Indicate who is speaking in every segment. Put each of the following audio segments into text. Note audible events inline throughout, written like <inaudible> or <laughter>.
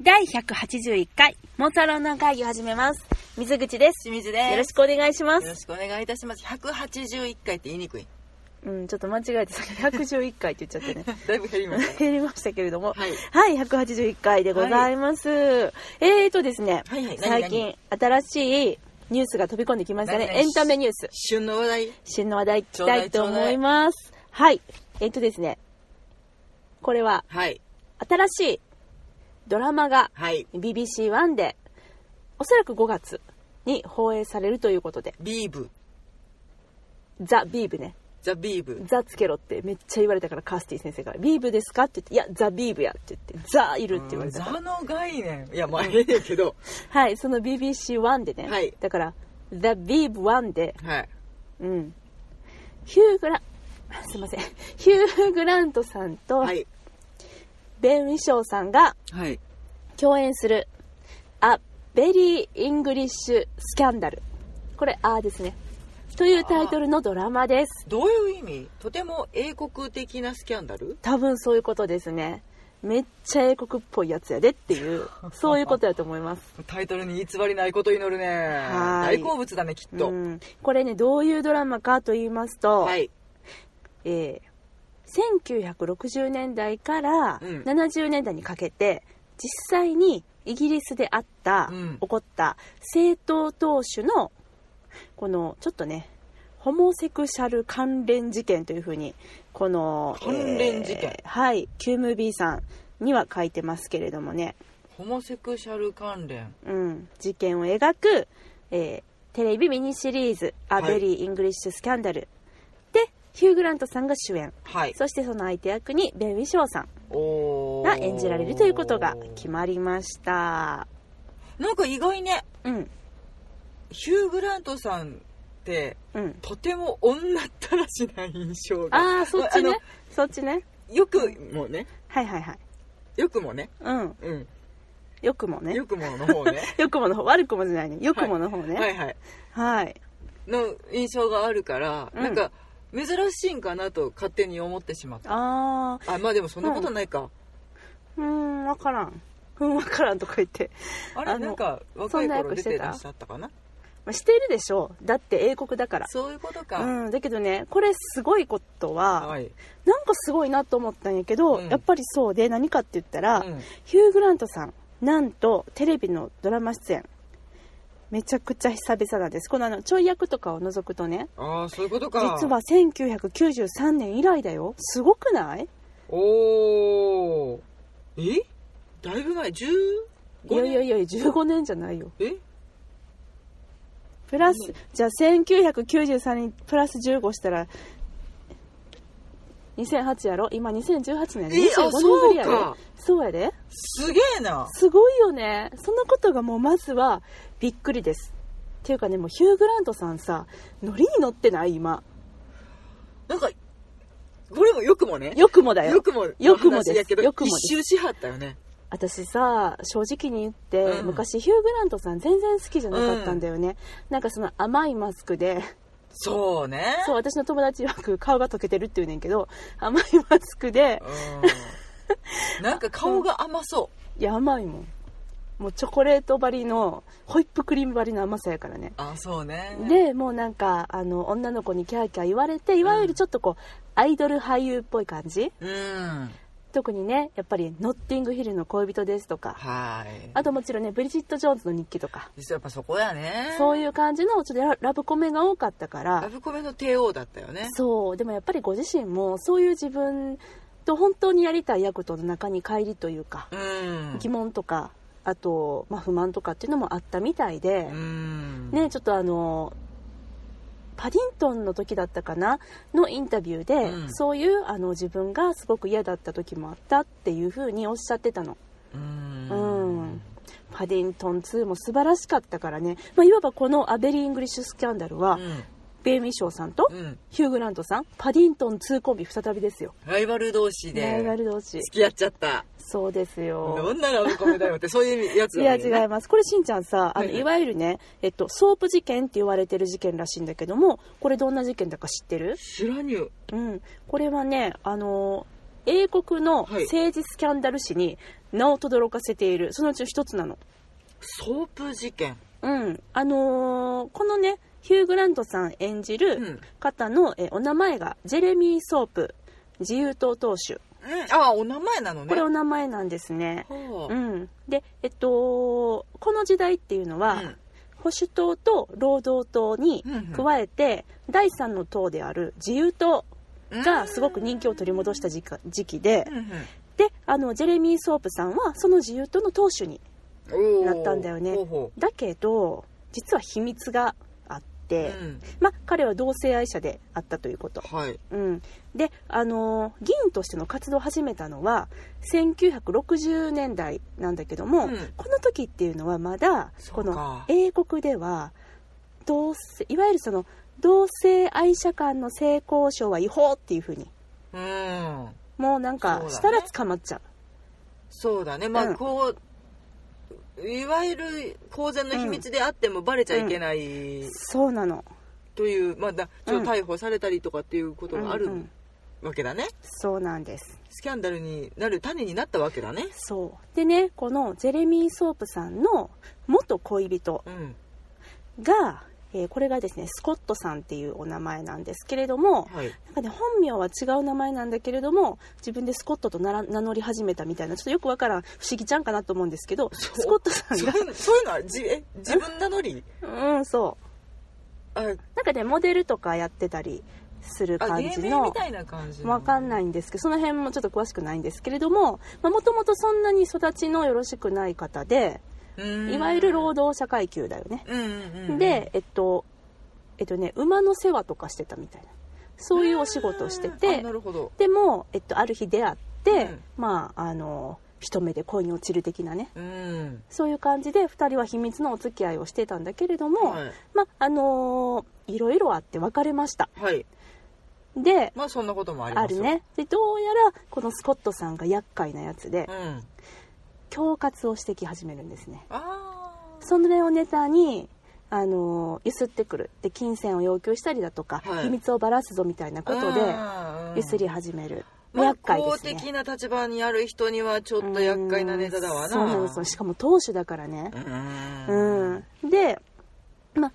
Speaker 1: 第181回、モンサロンの会議を始めます。水口です。
Speaker 2: 清水です。
Speaker 1: よろしくお願いしま
Speaker 2: よろ
Speaker 1: す。
Speaker 2: しくお願いいたします。181回って言いにくい。
Speaker 1: うん、ちょっと間違えて、さっき111回って言っちゃってね。
Speaker 2: <laughs> <laughs> だいぶ減りまし
Speaker 1: 減りましたけれども。
Speaker 2: はい
Speaker 1: はい、181回でございます。えーとですね、
Speaker 2: はいはい何々
Speaker 1: 最近新しいニュースが飛び込んできましたね。
Speaker 2: 何々
Speaker 1: エンタメニュース
Speaker 2: た。。旬の話題。
Speaker 1: 旬の話題いきたいと思います。はい。えっとですね。これは、
Speaker 2: はい。
Speaker 1: 新しいドラマが
Speaker 2: はい。
Speaker 1: BBC1 で、おそらく5月に放映されるということで、
Speaker 2: ビーブ。
Speaker 1: ザ・ビーブね。
Speaker 2: ザ・ビーブ。
Speaker 1: ザつけろってめっちゃ言われたからカースティ先生から「ビーブですか?」って言って「いやザ・ビーブや」って言って「ザ・いる」って言われたから
Speaker 2: ザの概念。いや、まあ、ええねんけど。
Speaker 1: はいその BBC1 でね、
Speaker 2: はい
Speaker 1: だから「ザ・ビーブ1」で
Speaker 2: はい。
Speaker 1: うんヒュー・グランすいませんヒュー・グラントさんと
Speaker 2: はい。
Speaker 1: ベン・ウィショーさんが
Speaker 2: はい。
Speaker 1: 共演する「A Very English Scandal」これ「あ」ですねというタイトルのドラマです
Speaker 2: どういう意味とても英国的なスキャンダル
Speaker 1: 多分そういうことですねめっちゃ英国っぽいやつやでっていう
Speaker 2: <laughs>
Speaker 1: そういうことだと思います、
Speaker 2: タイトルに偽りないことを祈るね。
Speaker 1: はーい
Speaker 2: 大好物だね、きっ
Speaker 1: う
Speaker 2: と。
Speaker 1: ん、これねどういうドラマかと言いますと、
Speaker 2: はい。
Speaker 1: えー1960年代から
Speaker 2: うん
Speaker 1: 70年代にかけて、実際にイギリスであった、
Speaker 2: うん
Speaker 1: 起こった政党党首のこのちょっとねホモセクシャル関連事件というふうにこの
Speaker 2: 関連事件
Speaker 1: えーはいキューム B さんには書いてますけれどもね、
Speaker 2: ホモセクシャル関連。
Speaker 1: うん、事件を描く、えーテレビミニシリーズ「ア
Speaker 2: はい
Speaker 1: ベリー・イングリッシュ・スキャンダル」でヒュー・グラントさんが主演
Speaker 2: はい。
Speaker 1: そしてその相手役にベン・ウィショーさん
Speaker 2: おー
Speaker 1: が演じられるということが決まりました。
Speaker 2: なんか意外ね。
Speaker 1: うん、
Speaker 2: ヒュー・グラントさんって、
Speaker 1: うん。
Speaker 2: とても女ったらしな印象が
Speaker 1: ああ、そっち
Speaker 2: あ
Speaker 1: ね
Speaker 2: の。
Speaker 1: そっちね。
Speaker 2: よくもね
Speaker 1: はいはいはい。
Speaker 2: よくもね
Speaker 1: うん。
Speaker 2: うん
Speaker 1: よくもね
Speaker 2: よ。くもの方ね
Speaker 1: よくもの方、悪くもじゃないね。よくもの方 <laughs>
Speaker 2: は
Speaker 1: ね。
Speaker 2: いはい
Speaker 1: はい。
Speaker 2: の印象があるから、
Speaker 1: うん
Speaker 2: なんか珍しいんかなと勝手に思ってしまった
Speaker 1: ああ、
Speaker 2: あまあでもそんなことないか、
Speaker 1: うーん、わからん。うん、わからんとか言って。
Speaker 2: あれ
Speaker 1: あの
Speaker 2: なんか
Speaker 1: そ
Speaker 2: 若
Speaker 1: ん
Speaker 2: い
Speaker 1: な
Speaker 2: 頃
Speaker 1: 役
Speaker 2: 出
Speaker 1: して
Speaker 2: て
Speaker 1: た
Speaker 2: らっしゃったかな
Speaker 1: まあ、しているでしょう。だって英国だから。
Speaker 2: そういうことか、
Speaker 1: うん、だけどね、これすごいことは、
Speaker 2: はい、
Speaker 1: なんかすごいなと思ったんやけど、
Speaker 2: うん
Speaker 1: やっぱりそうで、何かって言ったら、
Speaker 2: うん
Speaker 1: ヒュー・グラントさん、なんとテレビのドラマ出演、めちゃくちゃ久々なんです。このあの、ちょい役とかを除くとね、
Speaker 2: ああそういうことか
Speaker 1: 実は1993年以来だよ。すごくない
Speaker 2: おおえだいぶ前
Speaker 1: い
Speaker 2: 15
Speaker 1: や
Speaker 2: 年
Speaker 1: いやいや、15年じゃないよ。
Speaker 2: え
Speaker 1: プラス、じゃあ1993年プラス15したら、2008やろ今2018年や
Speaker 2: えあ
Speaker 1: 25年ぶりや
Speaker 2: そう
Speaker 1: ろ
Speaker 2: か
Speaker 1: そうやです
Speaker 2: げえな
Speaker 1: すごいよねそのことがもうまずはびっくりですっていうかねもうヒュー・グラントさんさノリに乗ってない今
Speaker 2: なんかこれもよくもね
Speaker 1: よくもだよ
Speaker 2: よくも、
Speaker 1: よくもです
Speaker 2: の話やけど
Speaker 1: よくもです
Speaker 2: 一周しはったよね。
Speaker 1: 私さ正直に言って、
Speaker 2: うん
Speaker 1: 昔ヒュー・グラントさん全然好きじゃなかったんだよね、なんかその甘いマスクで
Speaker 2: そうね。
Speaker 1: そう私の友達曰く顔が溶けてるって言うねんけど甘いマスクで
Speaker 2: うんなんか顔が甘そ
Speaker 1: いや甘いもんもうチョコレート張りのホイップクリーム張りの甘さやからね
Speaker 2: う。あ、そうね。
Speaker 1: でもうなんかあの女の子にキャーキャー言われていわゆるちょっとこう、アイドル俳優っぽい感じ
Speaker 2: うん。
Speaker 1: 特にねやっぱり「ノッティングヒルの恋人」ですとか
Speaker 2: はい。
Speaker 1: あともちろんねブリジット・ジョーンズの日記とか
Speaker 2: 実はやっぱそこやね。
Speaker 1: そういう感じのちょっとララブコメが多かったか
Speaker 2: ラ
Speaker 1: ら
Speaker 2: ブコメの帝王だったよね。
Speaker 1: そうでもやっぱりご自身もそういう自分と本当にやりたい役との中に乖離というか
Speaker 2: うん
Speaker 1: 疑。問とかあと、まあ、不満とかっていうのもあったみたいで。
Speaker 2: うん。
Speaker 1: ね、ちょっとあのパディントンの時だったかなのインタビューで、
Speaker 2: うん
Speaker 1: そういうあの自分がすごく嫌だった時もあったっていう風におっしゃってたの、
Speaker 2: う
Speaker 1: うん
Speaker 2: ん。
Speaker 1: パディントン2も素晴らしかったからね、まあ、いわばこの「アベリー・イングリッシュ・スキャンダルは」
Speaker 2: うん。
Speaker 1: ベイミー賞さんと
Speaker 2: うん。
Speaker 1: ヒュー・グラントさんパディントン2コンビ再びですよ
Speaker 2: ライバル同士
Speaker 1: ライバ
Speaker 2: で
Speaker 1: ル同士
Speaker 2: 付き合っちゃった。
Speaker 1: そうです
Speaker 2: ど
Speaker 1: よ
Speaker 2: んなラブコメだよって、そういうやつ
Speaker 1: い
Speaker 2: だ
Speaker 1: や
Speaker 2: ね
Speaker 1: 違いますこれしんちゃんさあの
Speaker 2: はいはい
Speaker 1: いわゆるね、えっと、ソープ事件って言われてる事件らしいんだけどもこれどんな事件だか知ってる
Speaker 2: 知らにゅ。
Speaker 1: うん、これはね、あの英国の
Speaker 2: はい
Speaker 1: 政治スキャンダル史に名を轟かせているそのうちの一つなの。
Speaker 2: ソープ事件。
Speaker 1: うん、あのーこのねヒュー・グラントさん演じ
Speaker 2: うん。う
Speaker 1: る
Speaker 2: ん。
Speaker 1: 方の、えお名前がジェレミー・ソープ自由党党首
Speaker 2: あ、お名前なのね。
Speaker 1: これお名前なんですね。
Speaker 2: はあ
Speaker 1: うん、で、えっと、この時代っていうのは、保守党と労働党に
Speaker 2: うんうん
Speaker 1: 加えて、第三の党である自由党
Speaker 2: うん
Speaker 1: がすごく人気を取り戻した時期時期で
Speaker 2: う、んうん
Speaker 1: であのジェレミー・ソープさんはその自由党の党首に
Speaker 2: おー
Speaker 1: なったんだよね
Speaker 2: ほうほ
Speaker 1: だけど実は秘密があっ
Speaker 2: う
Speaker 1: て、
Speaker 2: うん
Speaker 1: まあ彼は同性愛者であったということ、
Speaker 2: はい。
Speaker 1: うん、であの議員としての活動を始めたのは1960年代なんだけども、
Speaker 2: うん
Speaker 1: この時っていうのはまだ
Speaker 2: そ
Speaker 1: こ
Speaker 2: う
Speaker 1: の
Speaker 2: か。
Speaker 1: 英国では同性いわゆるその同性愛者間の性交渉は違法っていうふうに
Speaker 2: うん。
Speaker 1: もうなんか
Speaker 2: そうだね
Speaker 1: したら捕まっちゃう
Speaker 2: そうだね。ま
Speaker 1: う
Speaker 2: あ、
Speaker 1: ん
Speaker 2: こう、いわゆる公然の秘密であってもバレちゃいけない
Speaker 1: そう,、なの
Speaker 2: という、まあだ、ちょっと
Speaker 1: う
Speaker 2: 逮捕されたりとかっていうことがある
Speaker 1: うんうん
Speaker 2: わけだね。
Speaker 1: そうなんです
Speaker 2: スキャンダルになる種になったわけだね。
Speaker 1: そうでねこのジェレミー・ソープさんの元恋人
Speaker 2: うん。
Speaker 1: が、えーこれがですねスコットさんっていうお名前なんですけれども <laughs>
Speaker 2: はい。
Speaker 1: なんかね本名は違う名前なんだけれども自分でスコットとなら名乗り始めたみたいなちょっとよくわからん不思議ちゃんかなと思うんですけど
Speaker 2: そう
Speaker 1: スコットさん
Speaker 2: そう
Speaker 1: が
Speaker 2: いうのそういうのはじえ自分名乗り
Speaker 1: うんそう
Speaker 2: あ
Speaker 1: なんかねモデルとかやってたりする
Speaker 2: あ
Speaker 1: 感
Speaker 2: 芸
Speaker 1: じ
Speaker 2: 名み
Speaker 1: の
Speaker 2: たいな感じ
Speaker 1: わかんないいんですけどその辺もちょっと詳しくないんですけれどももともとそんなに育ちのよろしくない方でいわゆる労
Speaker 2: 働
Speaker 1: 働者階級だよね、
Speaker 2: うんうんうん、
Speaker 1: でえっとえっとね馬の世話とかしてたみたいなそういうお仕事をして
Speaker 2: うんあ
Speaker 1: て
Speaker 2: なるほど
Speaker 1: でも、えっと、ある日出会って、
Speaker 2: うん
Speaker 1: まああの一目で恋に落ちる的なね
Speaker 2: うん
Speaker 1: そういう感じで2人は秘密のお付き合いをしてたんだけれども、
Speaker 2: はい、
Speaker 1: まああのーいろいろあって別れました
Speaker 2: はい、
Speaker 1: で
Speaker 2: まあそんなこともあり
Speaker 1: あ
Speaker 2: ます
Speaker 1: る
Speaker 2: よ
Speaker 1: ねでどうやらこのスコットさんが厄介なやつで
Speaker 2: うん
Speaker 1: 恐喝をしてき始めるんですね
Speaker 2: あ
Speaker 1: それをネタにあのーゆすってくるで金銭を要求したりだとか、
Speaker 2: はい
Speaker 1: 秘密をばらすぞみたいな
Speaker 2: あ
Speaker 1: ことでゆすり始める、厄介ですね
Speaker 2: 公的な立場にある人にはちょっと厄介なネタだ
Speaker 1: うん
Speaker 2: わな
Speaker 1: そうなんですよしかも当主だからね
Speaker 2: うん
Speaker 1: うん、で、まあ、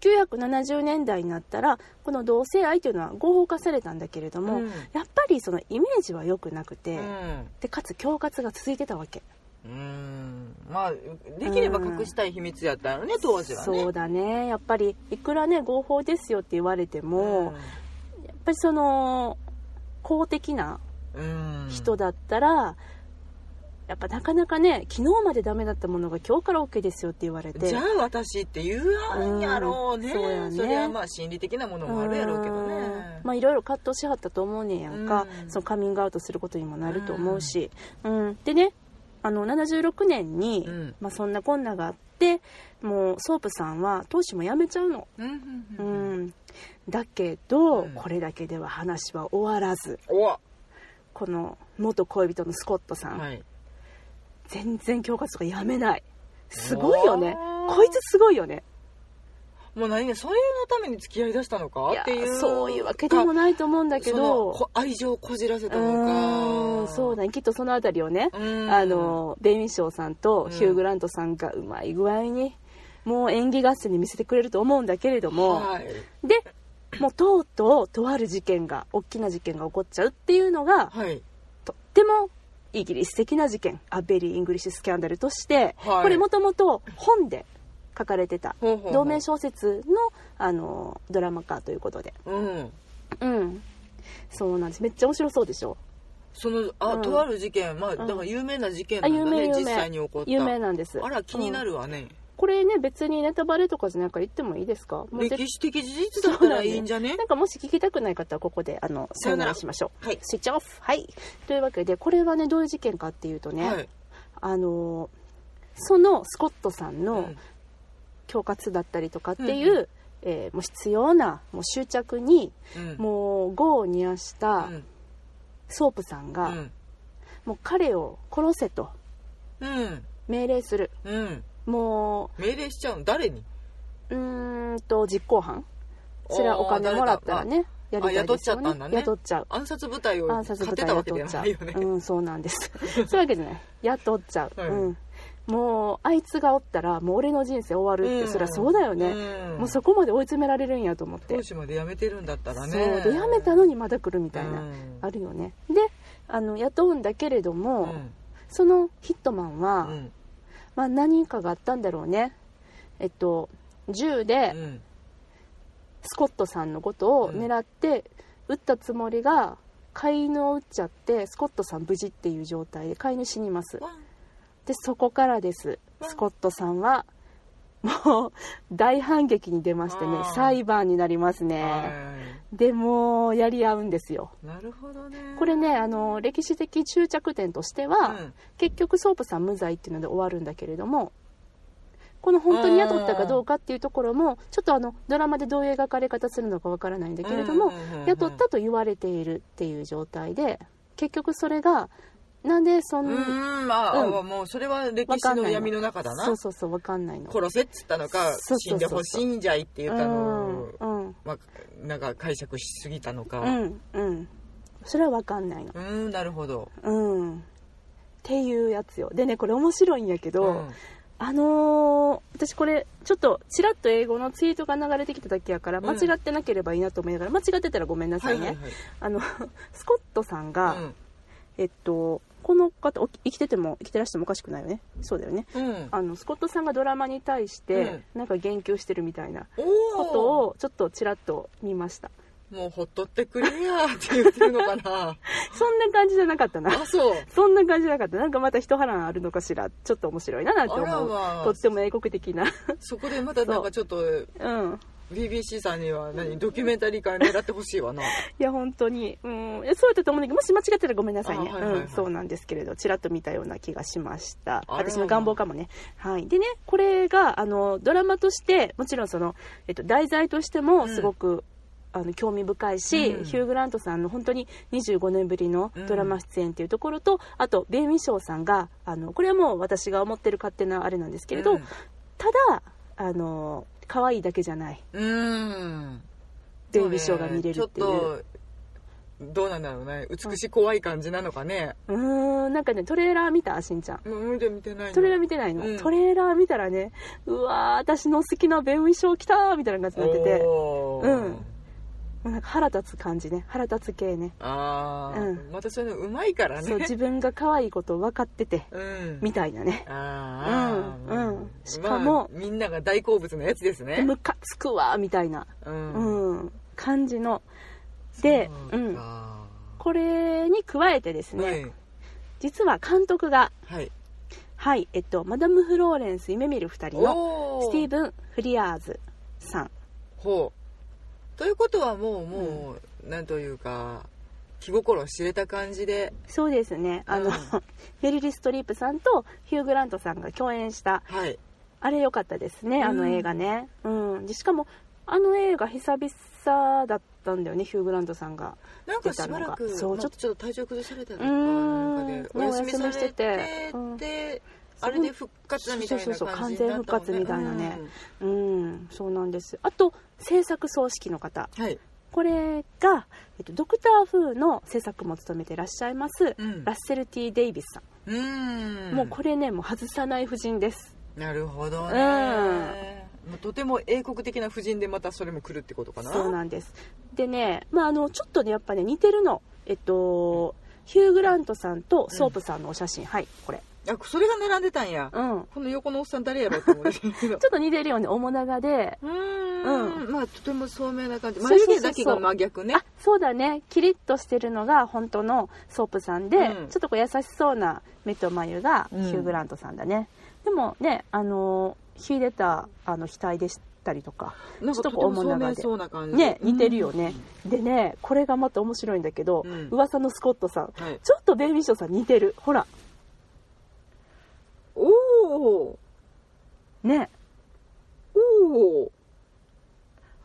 Speaker 1: 1970年代になったらこの同性愛というのは合法化されたんだけれども、
Speaker 2: うん
Speaker 1: やっぱりそのイメージは良くなくて、
Speaker 2: うん
Speaker 1: でかつ恐喝が続いてたわけ、
Speaker 2: うんまあできれば隠したい秘密やったよね当時はね
Speaker 1: そうだねやっぱりいくらね合法ですよって言われても、
Speaker 2: うん
Speaker 1: やっぱりその公的な
Speaker 2: うん
Speaker 1: 人だったら、やっぱなかなかね昨日までダメだったものが今日から OK ですよって言われて
Speaker 2: じゃあ私って言うんやろうね,、
Speaker 1: うん
Speaker 2: そ
Speaker 1: そうやね
Speaker 2: れはまあ心理的なものもあるやろうけどね
Speaker 1: うんまあいろいろ葛藤しはったと思うねんやんか、
Speaker 2: うん
Speaker 1: そのカミングアウトすることにもなると思うし、うんでねあの76年に、
Speaker 2: うん
Speaker 1: まあ、そんなこんながあってもうソープさんは当主も辞めちゃうの、
Speaker 2: うんう
Speaker 1: うん
Speaker 2: うん
Speaker 1: んだけど、
Speaker 2: うん
Speaker 1: これだけでは話は終わらず
Speaker 2: おわ
Speaker 1: この元恋人のスコットさん、
Speaker 2: はい
Speaker 1: 全然恐喝とかやめないすごいよね
Speaker 2: おー
Speaker 1: こいつすごいよね
Speaker 2: もう何ねそういうのために付き合い出したのか
Speaker 1: いや
Speaker 2: っていう
Speaker 1: そういうわけでもないと思うんだ
Speaker 2: だ
Speaker 1: け
Speaker 2: その
Speaker 1: ど
Speaker 2: こ愛情をこじらせ
Speaker 1: う
Speaker 2: たの
Speaker 1: ー
Speaker 2: か
Speaker 1: んそうだねきっとそのあたりをね、
Speaker 2: うん
Speaker 1: あのベイミッショーさんと
Speaker 2: うん
Speaker 1: ヒュー・グラントさんがうまい具合にもう演技合戦に見せてくれると思うんだけれども、
Speaker 2: はい
Speaker 1: でもうとうとうとある事件が大きな事件が起こっちゃうっていうのが
Speaker 2: はい
Speaker 1: とってもイギリス的な事件アベリー・イングリッシュ・スキャンダルとして、
Speaker 2: はい
Speaker 1: これもともと本で書かれてた
Speaker 2: ほうほうほう
Speaker 1: 同名小説のあのドラマ化ということで、
Speaker 2: うん
Speaker 1: うん、そうなんですめっちゃ面白そうでしょ
Speaker 2: そのあ、
Speaker 1: うん
Speaker 2: とある事件まあ、
Speaker 1: ん
Speaker 2: だから有名な事件なん
Speaker 1: あ
Speaker 2: だ
Speaker 1: 有名
Speaker 2: ね
Speaker 1: 有名
Speaker 2: 実際に起こった
Speaker 1: 有名なんです
Speaker 2: あら気になるわね、
Speaker 1: これね別にネタバレとかじゃないから言ってもいいですかもう絶
Speaker 2: 歴史的事実だったらいいんじゃね
Speaker 1: なんかもし聞きたくない方はここであのさ
Speaker 2: さよ
Speaker 1: よ
Speaker 2: な
Speaker 1: な
Speaker 2: ら
Speaker 1: らしましょう
Speaker 2: はい
Speaker 1: スイッチオフはいというわけでこれはねどういう事件かっていうとね、
Speaker 2: はい
Speaker 1: あのそのスコットさん
Speaker 2: う
Speaker 1: の
Speaker 2: ん
Speaker 1: 恐喝だったりとかってい
Speaker 2: うん
Speaker 1: う、えーもう必要なもう執着に
Speaker 2: うん
Speaker 1: もう業を煮やした
Speaker 2: うん
Speaker 1: ソープさんが、
Speaker 2: うん
Speaker 1: もう彼を殺せと
Speaker 2: うん
Speaker 1: 命令する
Speaker 2: うん
Speaker 1: も
Speaker 2: 命令しちゃうの誰に
Speaker 1: ううーんと実行犯それはお金もらったらねやりたいですよね
Speaker 2: あ雇っちゃったんだね
Speaker 1: 雇っちゃう
Speaker 2: 暗殺部隊を買
Speaker 1: 暗
Speaker 2: っ
Speaker 1: 殺部
Speaker 2: て
Speaker 1: 隊
Speaker 2: たわけ
Speaker 1: 雇
Speaker 2: で
Speaker 1: っ
Speaker 2: は
Speaker 1: ちゃ
Speaker 2: な
Speaker 1: う
Speaker 2: いよね、
Speaker 1: うんそうなんです <laughs> そういうわけじゃない雇っちゃう、
Speaker 2: はい
Speaker 1: うんもうあいつがおったらもう俺の人生終わるって、
Speaker 2: ん
Speaker 1: そりゃそうだよね、
Speaker 2: ん
Speaker 1: もうそこまで追い詰められるんやと思って
Speaker 2: 当時まで辞めてるんだったらね
Speaker 1: そうで辞めたのにまた来るみ
Speaker 2: み
Speaker 1: たいな、
Speaker 2: うん、
Speaker 1: あるよねであの雇うんだけれども、
Speaker 2: うん
Speaker 1: そのヒットマンは、
Speaker 2: うん
Speaker 1: まあ、何かがあったんだろうねえっと銃で
Speaker 2: うん
Speaker 1: スコットさんのことを狙って撃ったつもりが飼い犬を撃っちゃってスコットさん無事っていう状態で飼い犬死にます
Speaker 2: わん
Speaker 1: でそこからです
Speaker 2: わ
Speaker 1: スコットさんはもう大反撃に出ましてね
Speaker 2: あー
Speaker 1: 裁判になりますね
Speaker 2: は
Speaker 1: でもうやり合うんですよ
Speaker 2: いなるほどね
Speaker 1: これねあの歴史的終着点としては、
Speaker 2: うん
Speaker 1: 結局ソープさん無罪っていうので終わるんだけれどもこの本当に雇ったかどうかっていうところもちょっとあのドラマでどういう描かれ方するのかわからないんだけれども
Speaker 2: うんうんうんうん
Speaker 1: 雇ったと言われているっていう状態で結局それがなんでそ
Speaker 2: うん
Speaker 1: なん
Speaker 2: まあ、
Speaker 1: う
Speaker 2: もうそれは歴史の闇の中だな
Speaker 1: そうそうそうわかんないの
Speaker 2: 殺せっつったのか
Speaker 1: そう
Speaker 2: 死
Speaker 1: そ
Speaker 2: ん
Speaker 1: う
Speaker 2: で
Speaker 1: そうそう
Speaker 2: ほしいんじゃいっていうかあの
Speaker 1: うんうん
Speaker 2: まあ、なんか解釈しすぎたのか
Speaker 1: うんうんそれはわかんないの
Speaker 2: うーんなるほど
Speaker 1: うんっていうやつよでねこれ面白いんやけど、
Speaker 2: ん
Speaker 1: あのー私これちょっとちらっと英語のツイートが流れてきただけやから
Speaker 2: うん
Speaker 1: 間違ってなければいいなと思いながら、間違ってたらごめんなさ
Speaker 2: はい
Speaker 1: いね、
Speaker 2: はいはい
Speaker 1: あの <laughs> スコットさんが、
Speaker 2: うん
Speaker 1: えっとこの方お生きてても生きてらしてもおかしくないよねそうだよね
Speaker 2: うん
Speaker 1: あのスコットさんがドラマに対してなんか言及してるみたいな
Speaker 2: お
Speaker 1: こ
Speaker 2: お
Speaker 1: とをちょっとちらっと見ました
Speaker 2: もうほっとってくれやーって言ってるのかな
Speaker 1: <laughs> そんな感じじゃなかったな
Speaker 2: あそう
Speaker 1: そんな感じじゃなかったなんかまた一波乱あるのかしらちょっと面白いななんて
Speaker 2: あら
Speaker 1: 思うと
Speaker 2: は
Speaker 1: っても英国的な
Speaker 2: そこでまたなんかちょっと
Speaker 1: うん
Speaker 2: BBC さんには何ドキュメンタリー化狙ってほしいわな
Speaker 1: いや本当に、うん、いやそうだったと思うんだけどもし間違ってたらごめんなさいね、
Speaker 2: あはいはいはい
Speaker 1: うん、そうなんですけれどちらっと見たような気がしました
Speaker 2: あら
Speaker 1: 私の願望かもね、はい、でねこれがあのドラマとしてもちろんその、えっと、題材としてもすごく、あの興味深いし、
Speaker 2: うん
Speaker 1: ヒュー・グラントさんの本当に25年ぶりのドラマ出演というところと、あとベイ・ミショーさんがあのこれはもう私が思ってる勝手なあれなんですけれど、
Speaker 2: うん
Speaker 1: ただあの可愛いだけじゃない
Speaker 2: うん
Speaker 1: ベイ・ミショーが見れるってい。
Speaker 2: そうねちょっとどうなんだろうね美しい怖い感じなのかね、
Speaker 1: うーんなんかねトレーラー見たしんちゃん
Speaker 2: もう見て見てないの
Speaker 1: トレーラー見てないの、
Speaker 2: うん
Speaker 1: トレーラー見たらねうわー私の好きな弁護士賞来たーみたいな感じになってて
Speaker 2: おー
Speaker 1: うんなんか腹立つ感じね腹立つ系ね
Speaker 2: ああ、
Speaker 1: うん
Speaker 2: またそういうのうまいからね
Speaker 1: そう自分が可愛いこと分かってて
Speaker 2: うん
Speaker 1: みたいなね
Speaker 2: あーあー
Speaker 1: うんうんしかも
Speaker 2: みんなが大好物のやつです
Speaker 1: で
Speaker 2: ね
Speaker 1: ムカつくわーみたいな、
Speaker 2: う
Speaker 1: うんん感じので
Speaker 2: そう
Speaker 1: う
Speaker 2: か
Speaker 1: んこれに加えてですね、
Speaker 2: はい
Speaker 1: 実は監督が
Speaker 2: はい
Speaker 1: はいえっとマダム・フローレンス夢見る2人の
Speaker 2: お
Speaker 1: スティー
Speaker 2: ブ
Speaker 1: ブン・フリアーズさん
Speaker 2: ほうということはもうもう、なんというか気心を知れた感じで
Speaker 1: そうですねあの、 <laughs>
Speaker 2: うん
Speaker 1: メリル・ストリープさんとヒュー・グラントさんが共演した
Speaker 2: はい
Speaker 1: あれ良かったですねあの
Speaker 2: うん
Speaker 1: 映画ね、うんでしかもあの映画久々だったんだよねヒュー・グラントさんが
Speaker 2: なんかしばら
Speaker 1: 出たの
Speaker 2: く
Speaker 1: がそう
Speaker 2: まあ
Speaker 1: ち
Speaker 2: ち
Speaker 1: ょ
Speaker 2: ょ
Speaker 1: っ
Speaker 2: っと体調崩されたのか
Speaker 1: うーん
Speaker 2: なんかで
Speaker 1: ね
Speaker 2: お休み
Speaker 1: お休み
Speaker 2: さ
Speaker 1: して
Speaker 2: れて
Speaker 1: てうん
Speaker 2: で
Speaker 1: そう
Speaker 2: あれで復活みたい
Speaker 1: そう
Speaker 2: な
Speaker 1: そうそう
Speaker 2: 感じになったも
Speaker 1: 完全復
Speaker 2: んね
Speaker 1: 活みたいなねうんそうなんですあと制作総指揮の方
Speaker 2: うんはい、
Speaker 1: これが、えっと、ドクター・フーの制作も務めてらっしゃいます
Speaker 2: うん
Speaker 1: ラッセル T ・デイビスさん、
Speaker 2: うん
Speaker 1: もうこれねもう外さない夫人です
Speaker 2: なるほどね、まあとても英国的な婦人でまたそれも来るってことかな
Speaker 1: そうなんですでね、まあ、あのちょっとねやっぱね似てるのえっとヒュー・グラントさんとソープさんのお写真、はいこれ
Speaker 2: あそれが並んでたんや、
Speaker 1: うん
Speaker 2: この横のおっさん誰やろうと思ってたけど
Speaker 1: ちょっと似てるよね面長で
Speaker 2: うーんまあとても聡明な感じ
Speaker 1: そうそう
Speaker 2: 眉
Speaker 1: そうそう
Speaker 2: 毛だけが真逆ね
Speaker 1: あそうだねキリッとしてるのが本当のソープさんで、
Speaker 2: うん
Speaker 1: ちょっとこう優しそうな目と眉がヒ
Speaker 2: うん
Speaker 1: ュー・グラントさんだね、でもねあの秀でたあの額でしたりとか
Speaker 2: なんかとても聡明そうな感じ
Speaker 1: ね似てるよね、でねこれがまた面白いんだけど、
Speaker 2: うん
Speaker 1: 噂のスコットさん
Speaker 2: うんはい、
Speaker 1: ちょっとベイビーショーさん似てるほら
Speaker 2: おお
Speaker 1: ね
Speaker 2: おお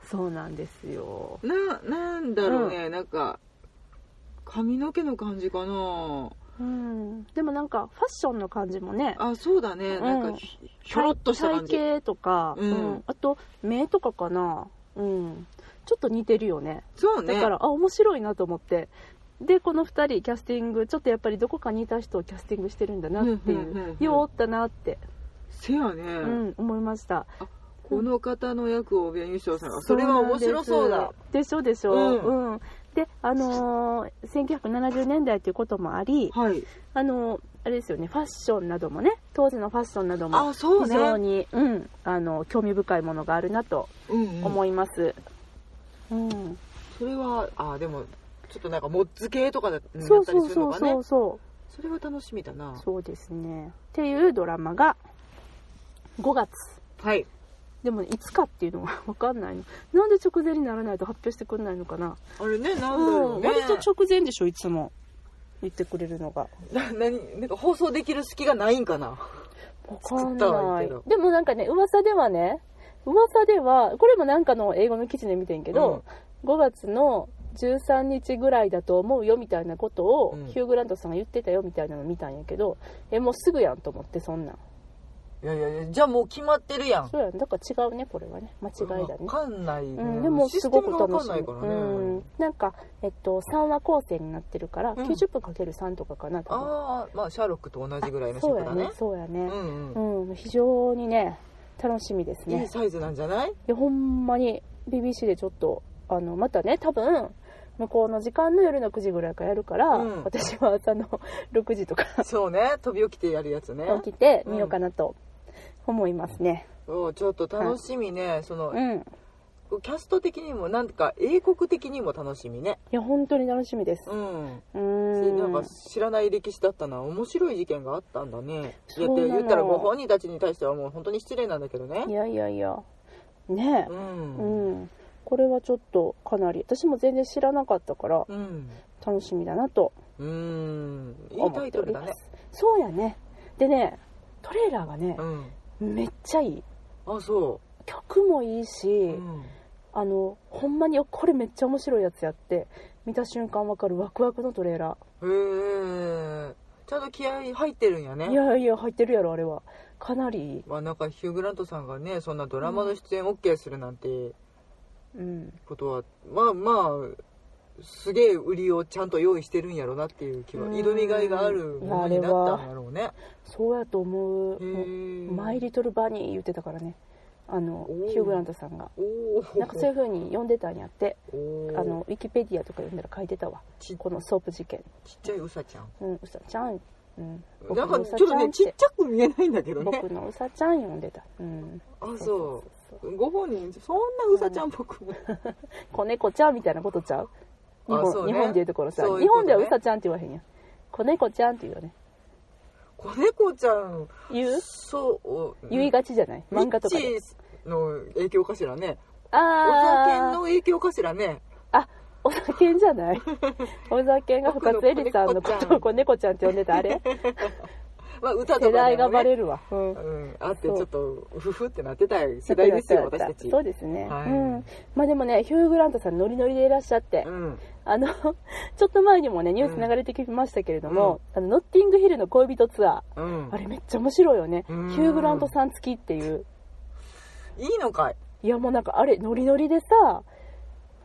Speaker 1: そうなんですよ
Speaker 2: ななんだろうね、なんか髪の毛の感じかな
Speaker 1: うんでもなんかファッションの感じもね
Speaker 2: あそうだね、なんかひひょろっとした感じ
Speaker 1: 体体型とか、
Speaker 2: うん
Speaker 1: うんあと目とかかなうんちょっと似てるよね
Speaker 2: そうね
Speaker 1: だから、あ面白いなと思ってでこの2人キャスティングちょっとやっぱりどこか似た人をキャスティングしてるんだなっていう,、
Speaker 2: うんうんうんうん
Speaker 1: ようおったなって、
Speaker 2: せやね、
Speaker 1: うん、思いました
Speaker 2: この方の役を弁優勝さんがそれは面白そうだ
Speaker 1: でしょでしょ
Speaker 2: うん
Speaker 1: うん、であのー1970年代ということもあり
Speaker 2: はい
Speaker 1: あのーあれですよねファッションなどもね当時のファッションなども
Speaker 2: あそう
Speaker 1: 非
Speaker 2: ね
Speaker 1: 常にう、ん、あの興味深いものがあるなと
Speaker 2: うんうん
Speaker 1: 思います、うん
Speaker 2: それはあでもちょっとなんかモッツ系とかだったりす
Speaker 1: そ
Speaker 2: る
Speaker 1: うそうそ
Speaker 2: の
Speaker 1: う
Speaker 2: か
Speaker 1: そ
Speaker 2: ね
Speaker 1: うそう
Speaker 2: それは楽しみだな
Speaker 1: そうですねっていうドラマが5月
Speaker 2: はい
Speaker 1: でも、ね、いつかっていうのが分かんないのなんで直前にならないと発表してくんないのかな、
Speaker 2: あれねなんだ
Speaker 1: う、
Speaker 2: ろうんね
Speaker 1: 割と直前でしょいつも言ってくれるのが
Speaker 2: な何なんか放送できる隙がないんかな
Speaker 1: 分かん
Speaker 2: 作ったは
Speaker 1: ない
Speaker 2: い
Speaker 1: い
Speaker 2: いけど
Speaker 1: でもなんかね噂ではね噂ではこれもなんかの英語の記事で見てんけど、5月の13日ぐらいだと思うよみたいなことを
Speaker 2: うん
Speaker 1: ヒュー・グラントさんが言ってたよみたいなの見たんやけど、えもうすぐやんと思ってそんなん
Speaker 2: いやいやいやじゃあもう決まってるやん
Speaker 1: そうやんだから違うねこれはね間違いだね
Speaker 2: わかんない、
Speaker 1: うん、でもすごく楽し
Speaker 2: システムがわかんない
Speaker 1: み
Speaker 2: からね、
Speaker 1: うん、なんか、えっと、3話構成になってるから、
Speaker 2: ん
Speaker 1: 90分 ×3 とかかな多分
Speaker 2: ああまあシャーロックと同じぐらいの
Speaker 1: そう
Speaker 2: 尺
Speaker 1: や
Speaker 2: だ
Speaker 1: ね
Speaker 2: ね
Speaker 1: そうやね
Speaker 2: うんうん
Speaker 1: うん、非常にね楽しみです
Speaker 2: い
Speaker 1: ね
Speaker 2: いサイズなんじゃない
Speaker 1: でほんまに BBC でちょっとあのまたね多分向こうの時間の夜の9時ぐらいからやるから、
Speaker 2: うん
Speaker 1: 私は朝の <laughs> 6時とか
Speaker 2: そうね飛び起きてやるやつね
Speaker 1: 起きてみようかなと思いますね
Speaker 2: そうちょっと楽しみね、その
Speaker 1: うんい
Speaker 2: キャスト的にもなんか英国的にも楽しみね
Speaker 1: や本当に楽しみです
Speaker 2: うん
Speaker 1: う
Speaker 2: で
Speaker 1: ん
Speaker 2: なんか知らない歴史だったな面白い事件があったんだねい
Speaker 1: そうな
Speaker 2: やっ
Speaker 1: の
Speaker 2: て言ったらもう本人たちに対してはもう本当に失礼なんだけどね
Speaker 1: いやいやいやねえ
Speaker 2: うんうん、
Speaker 1: うん、これはちょっとかなり私も全然知らなかったから
Speaker 2: うん
Speaker 1: 楽しみだなと
Speaker 2: い
Speaker 1: 思
Speaker 2: いタ
Speaker 1: って
Speaker 2: イト
Speaker 1: お
Speaker 2: ル
Speaker 1: り
Speaker 2: だ
Speaker 1: ま
Speaker 2: ね
Speaker 1: すそうやねでねトレーラーがね
Speaker 2: う、ん
Speaker 1: めっちゃいい
Speaker 2: あそ
Speaker 1: 曲もいいし、
Speaker 2: う、うん
Speaker 1: あのほんまにこれめっちゃ面白いやつやって見た瞬間わかるワクワクのトレーラ
Speaker 2: へえちゃんと気合入ってるんや
Speaker 1: ーい
Speaker 2: ね
Speaker 1: やいや入ってるやろあれはかなりいい、
Speaker 2: まあなんかヒュー・グラントさんがねそんなドラマの出演 OK するなんて
Speaker 1: うん、
Speaker 2: ことは、まあまあすげえ売りをちゃんと用意してるんやろなっていう気は
Speaker 1: うん
Speaker 2: 挑みがいがあるものになったんやろうね
Speaker 1: そうやと思う
Speaker 2: へ
Speaker 1: もう
Speaker 2: え
Speaker 1: マイ・リトル・バニー言ってたからねあの
Speaker 2: おー
Speaker 1: ヒュー・グラントさんが
Speaker 2: おー
Speaker 1: なんかそういう風に読んでたんやって
Speaker 2: おー
Speaker 1: あのウィキペディアとか読んだら書いてたわ
Speaker 2: ち
Speaker 1: このソープ事件
Speaker 2: ちっちゃいうさちゃん
Speaker 1: うんうさちゃんうん僕
Speaker 2: なんか
Speaker 1: のうさ
Speaker 2: ちょっとね
Speaker 1: ちゃ
Speaker 2: ち
Speaker 1: ん
Speaker 2: ってちゃく見えないんだけどね
Speaker 1: 僕のうさちゃん読んでたうん
Speaker 2: あそうご本人そんなうさちゃんっぽ
Speaker 1: <laughs>
Speaker 2: くも
Speaker 1: 子猫ちゃんみたいなことちゃう日
Speaker 2: あそ
Speaker 1: 本
Speaker 2: うね
Speaker 1: 日本でいうところさ
Speaker 2: そうい
Speaker 1: 日
Speaker 2: うこと
Speaker 1: 本
Speaker 2: ね
Speaker 1: ではうさちゃんって言わへんやん子猫ちゃんって言うよね
Speaker 2: 子猫ちゃん
Speaker 1: 言う
Speaker 2: そう
Speaker 1: 言いがちじゃない漫画とかで
Speaker 2: ミッチーの影響かしらねお酒
Speaker 1: あ
Speaker 2: の
Speaker 1: あ
Speaker 2: 影響かしらね
Speaker 1: お酒んじゃ
Speaker 2: <laughs>
Speaker 1: ないお酒が深津絵里さんのことを子猫ちゃんって呼んでたあ
Speaker 2: <laughs>
Speaker 1: れ
Speaker 2: まあ歌
Speaker 1: 世
Speaker 2: とかでもね
Speaker 1: 代がバレるわうん
Speaker 2: うん、あってち
Speaker 1: そう
Speaker 2: ょっとふふってなってた世代ですよ
Speaker 1: やった
Speaker 2: 私
Speaker 1: やった
Speaker 2: たち
Speaker 1: そうですね、
Speaker 2: はい
Speaker 1: うんまあでもねヒュー・グラントさんノリノリでいらっしゃって、
Speaker 2: うん
Speaker 1: あの <laughs> ちょっと前にもねニュース流れてきましたけれども、あのノッティングヒルの恋人ツアー
Speaker 2: うん
Speaker 1: あれめっちゃ面白いよね、
Speaker 2: うん
Speaker 1: ヒュー・グラントさん付きっていう
Speaker 2: いいのかい
Speaker 1: いやもうなんかあれノリノリでさ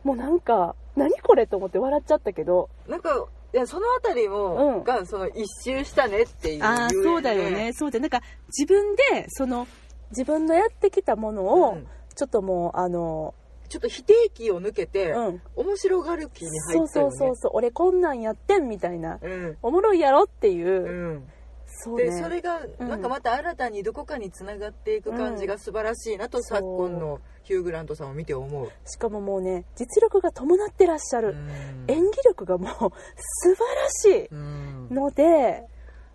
Speaker 1: もうなんか何これと思って笑っちゃったけど
Speaker 2: なんかいやそのあたりも、
Speaker 1: うん
Speaker 2: がその一周したねっていう
Speaker 1: ああ
Speaker 2: ゆえん
Speaker 1: そうだよねそうだよなんか自分でその自分のやってきたものを、
Speaker 2: うん
Speaker 1: ちょっともうあの
Speaker 2: ちょっと否定期を抜けて、
Speaker 1: うん
Speaker 2: 面白がる気に入
Speaker 1: そう
Speaker 2: った
Speaker 1: そ
Speaker 2: よ
Speaker 1: う
Speaker 2: ね
Speaker 1: そうそう俺こんなんやってんみたいな
Speaker 2: うん
Speaker 1: おもろいやろっていうう、
Speaker 2: ん、
Speaker 1: そうね
Speaker 2: でそれが
Speaker 1: うん
Speaker 2: なんかまた新たにどこかにつながっていく感じが素晴らしいなと、
Speaker 1: うん
Speaker 2: 昨今のヒュー・グラントさんを見て思う、
Speaker 1: しかももうね実力が伴ってらっしゃ
Speaker 2: う
Speaker 1: る、
Speaker 2: ん
Speaker 1: 演技力がもう素晴らし
Speaker 2: うん
Speaker 1: いので、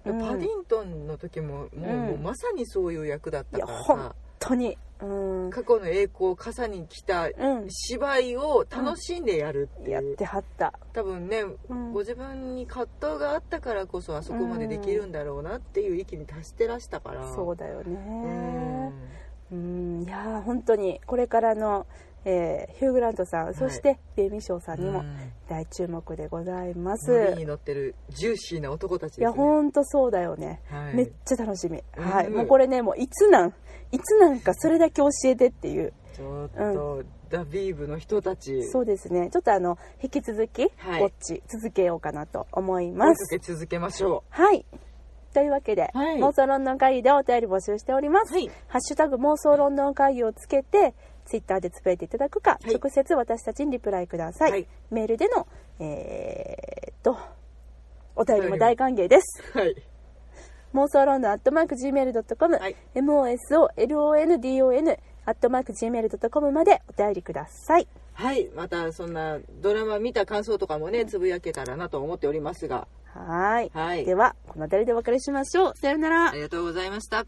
Speaker 1: うん
Speaker 2: パディントンの時ももう,、
Speaker 1: うん
Speaker 2: もうまさにそういう役だったか
Speaker 1: い
Speaker 2: ら
Speaker 1: やほん
Speaker 2: さ
Speaker 1: 本当にうん、うん、
Speaker 2: 過去の栄光を傘に来た芝居を楽しんでやるってい
Speaker 1: やっ
Speaker 2: う、
Speaker 1: てはった、
Speaker 2: 多分ね
Speaker 1: うん
Speaker 2: ご自分に葛藤があったからこそあそこまでできるんだろうなっていう域に達してらしたから、
Speaker 1: そうだよ
Speaker 2: うん
Speaker 1: ねうんいやー本当にこれからの、えーヒュー・グラントさん、そしてベイミー賞さんに
Speaker 2: う
Speaker 1: も
Speaker 2: ん
Speaker 1: 大注目でございます、
Speaker 2: 乗りに乗ってるジューシーな男たち
Speaker 1: い
Speaker 2: で
Speaker 1: や
Speaker 2: すね、
Speaker 1: 本当そうだよね、
Speaker 2: はい
Speaker 1: めっちゃ楽しみ、はい
Speaker 2: うん
Speaker 1: もうこれねもういつなんいつなんかそれだけ教えてっていう
Speaker 2: ちょっと、ダビーブの人たち
Speaker 1: そうですねちょっとあの引き続きウ
Speaker 2: はい
Speaker 1: ォッチ続けようかなと思い
Speaker 2: 追
Speaker 1: ま
Speaker 2: いか
Speaker 1: す
Speaker 2: け続けましょ
Speaker 1: はいというわけで、
Speaker 2: はい
Speaker 1: 妄想ロンドン会議でお便り募集しております、
Speaker 2: うはい
Speaker 1: ハッシュタグ妄想ロンドン会議をつけてツイッターでつぶやいていただくか、
Speaker 2: はい
Speaker 1: 直接私たちにリプライください、
Speaker 2: はい
Speaker 1: メールでのえーっとお便りも大歓迎です
Speaker 2: はい
Speaker 1: 妄想ロンドンアットマーク Gmail.com、
Speaker 2: はい
Speaker 1: MOSOLONDON アットマーク Gmail.com までお便りください
Speaker 2: はいまたそんなドラマ見た感想とかもねつぶやけたらなと思っておりますが
Speaker 1: はーい
Speaker 2: はい
Speaker 1: ではこの辺りでお別れしましょうさようなら
Speaker 2: ありがとうございました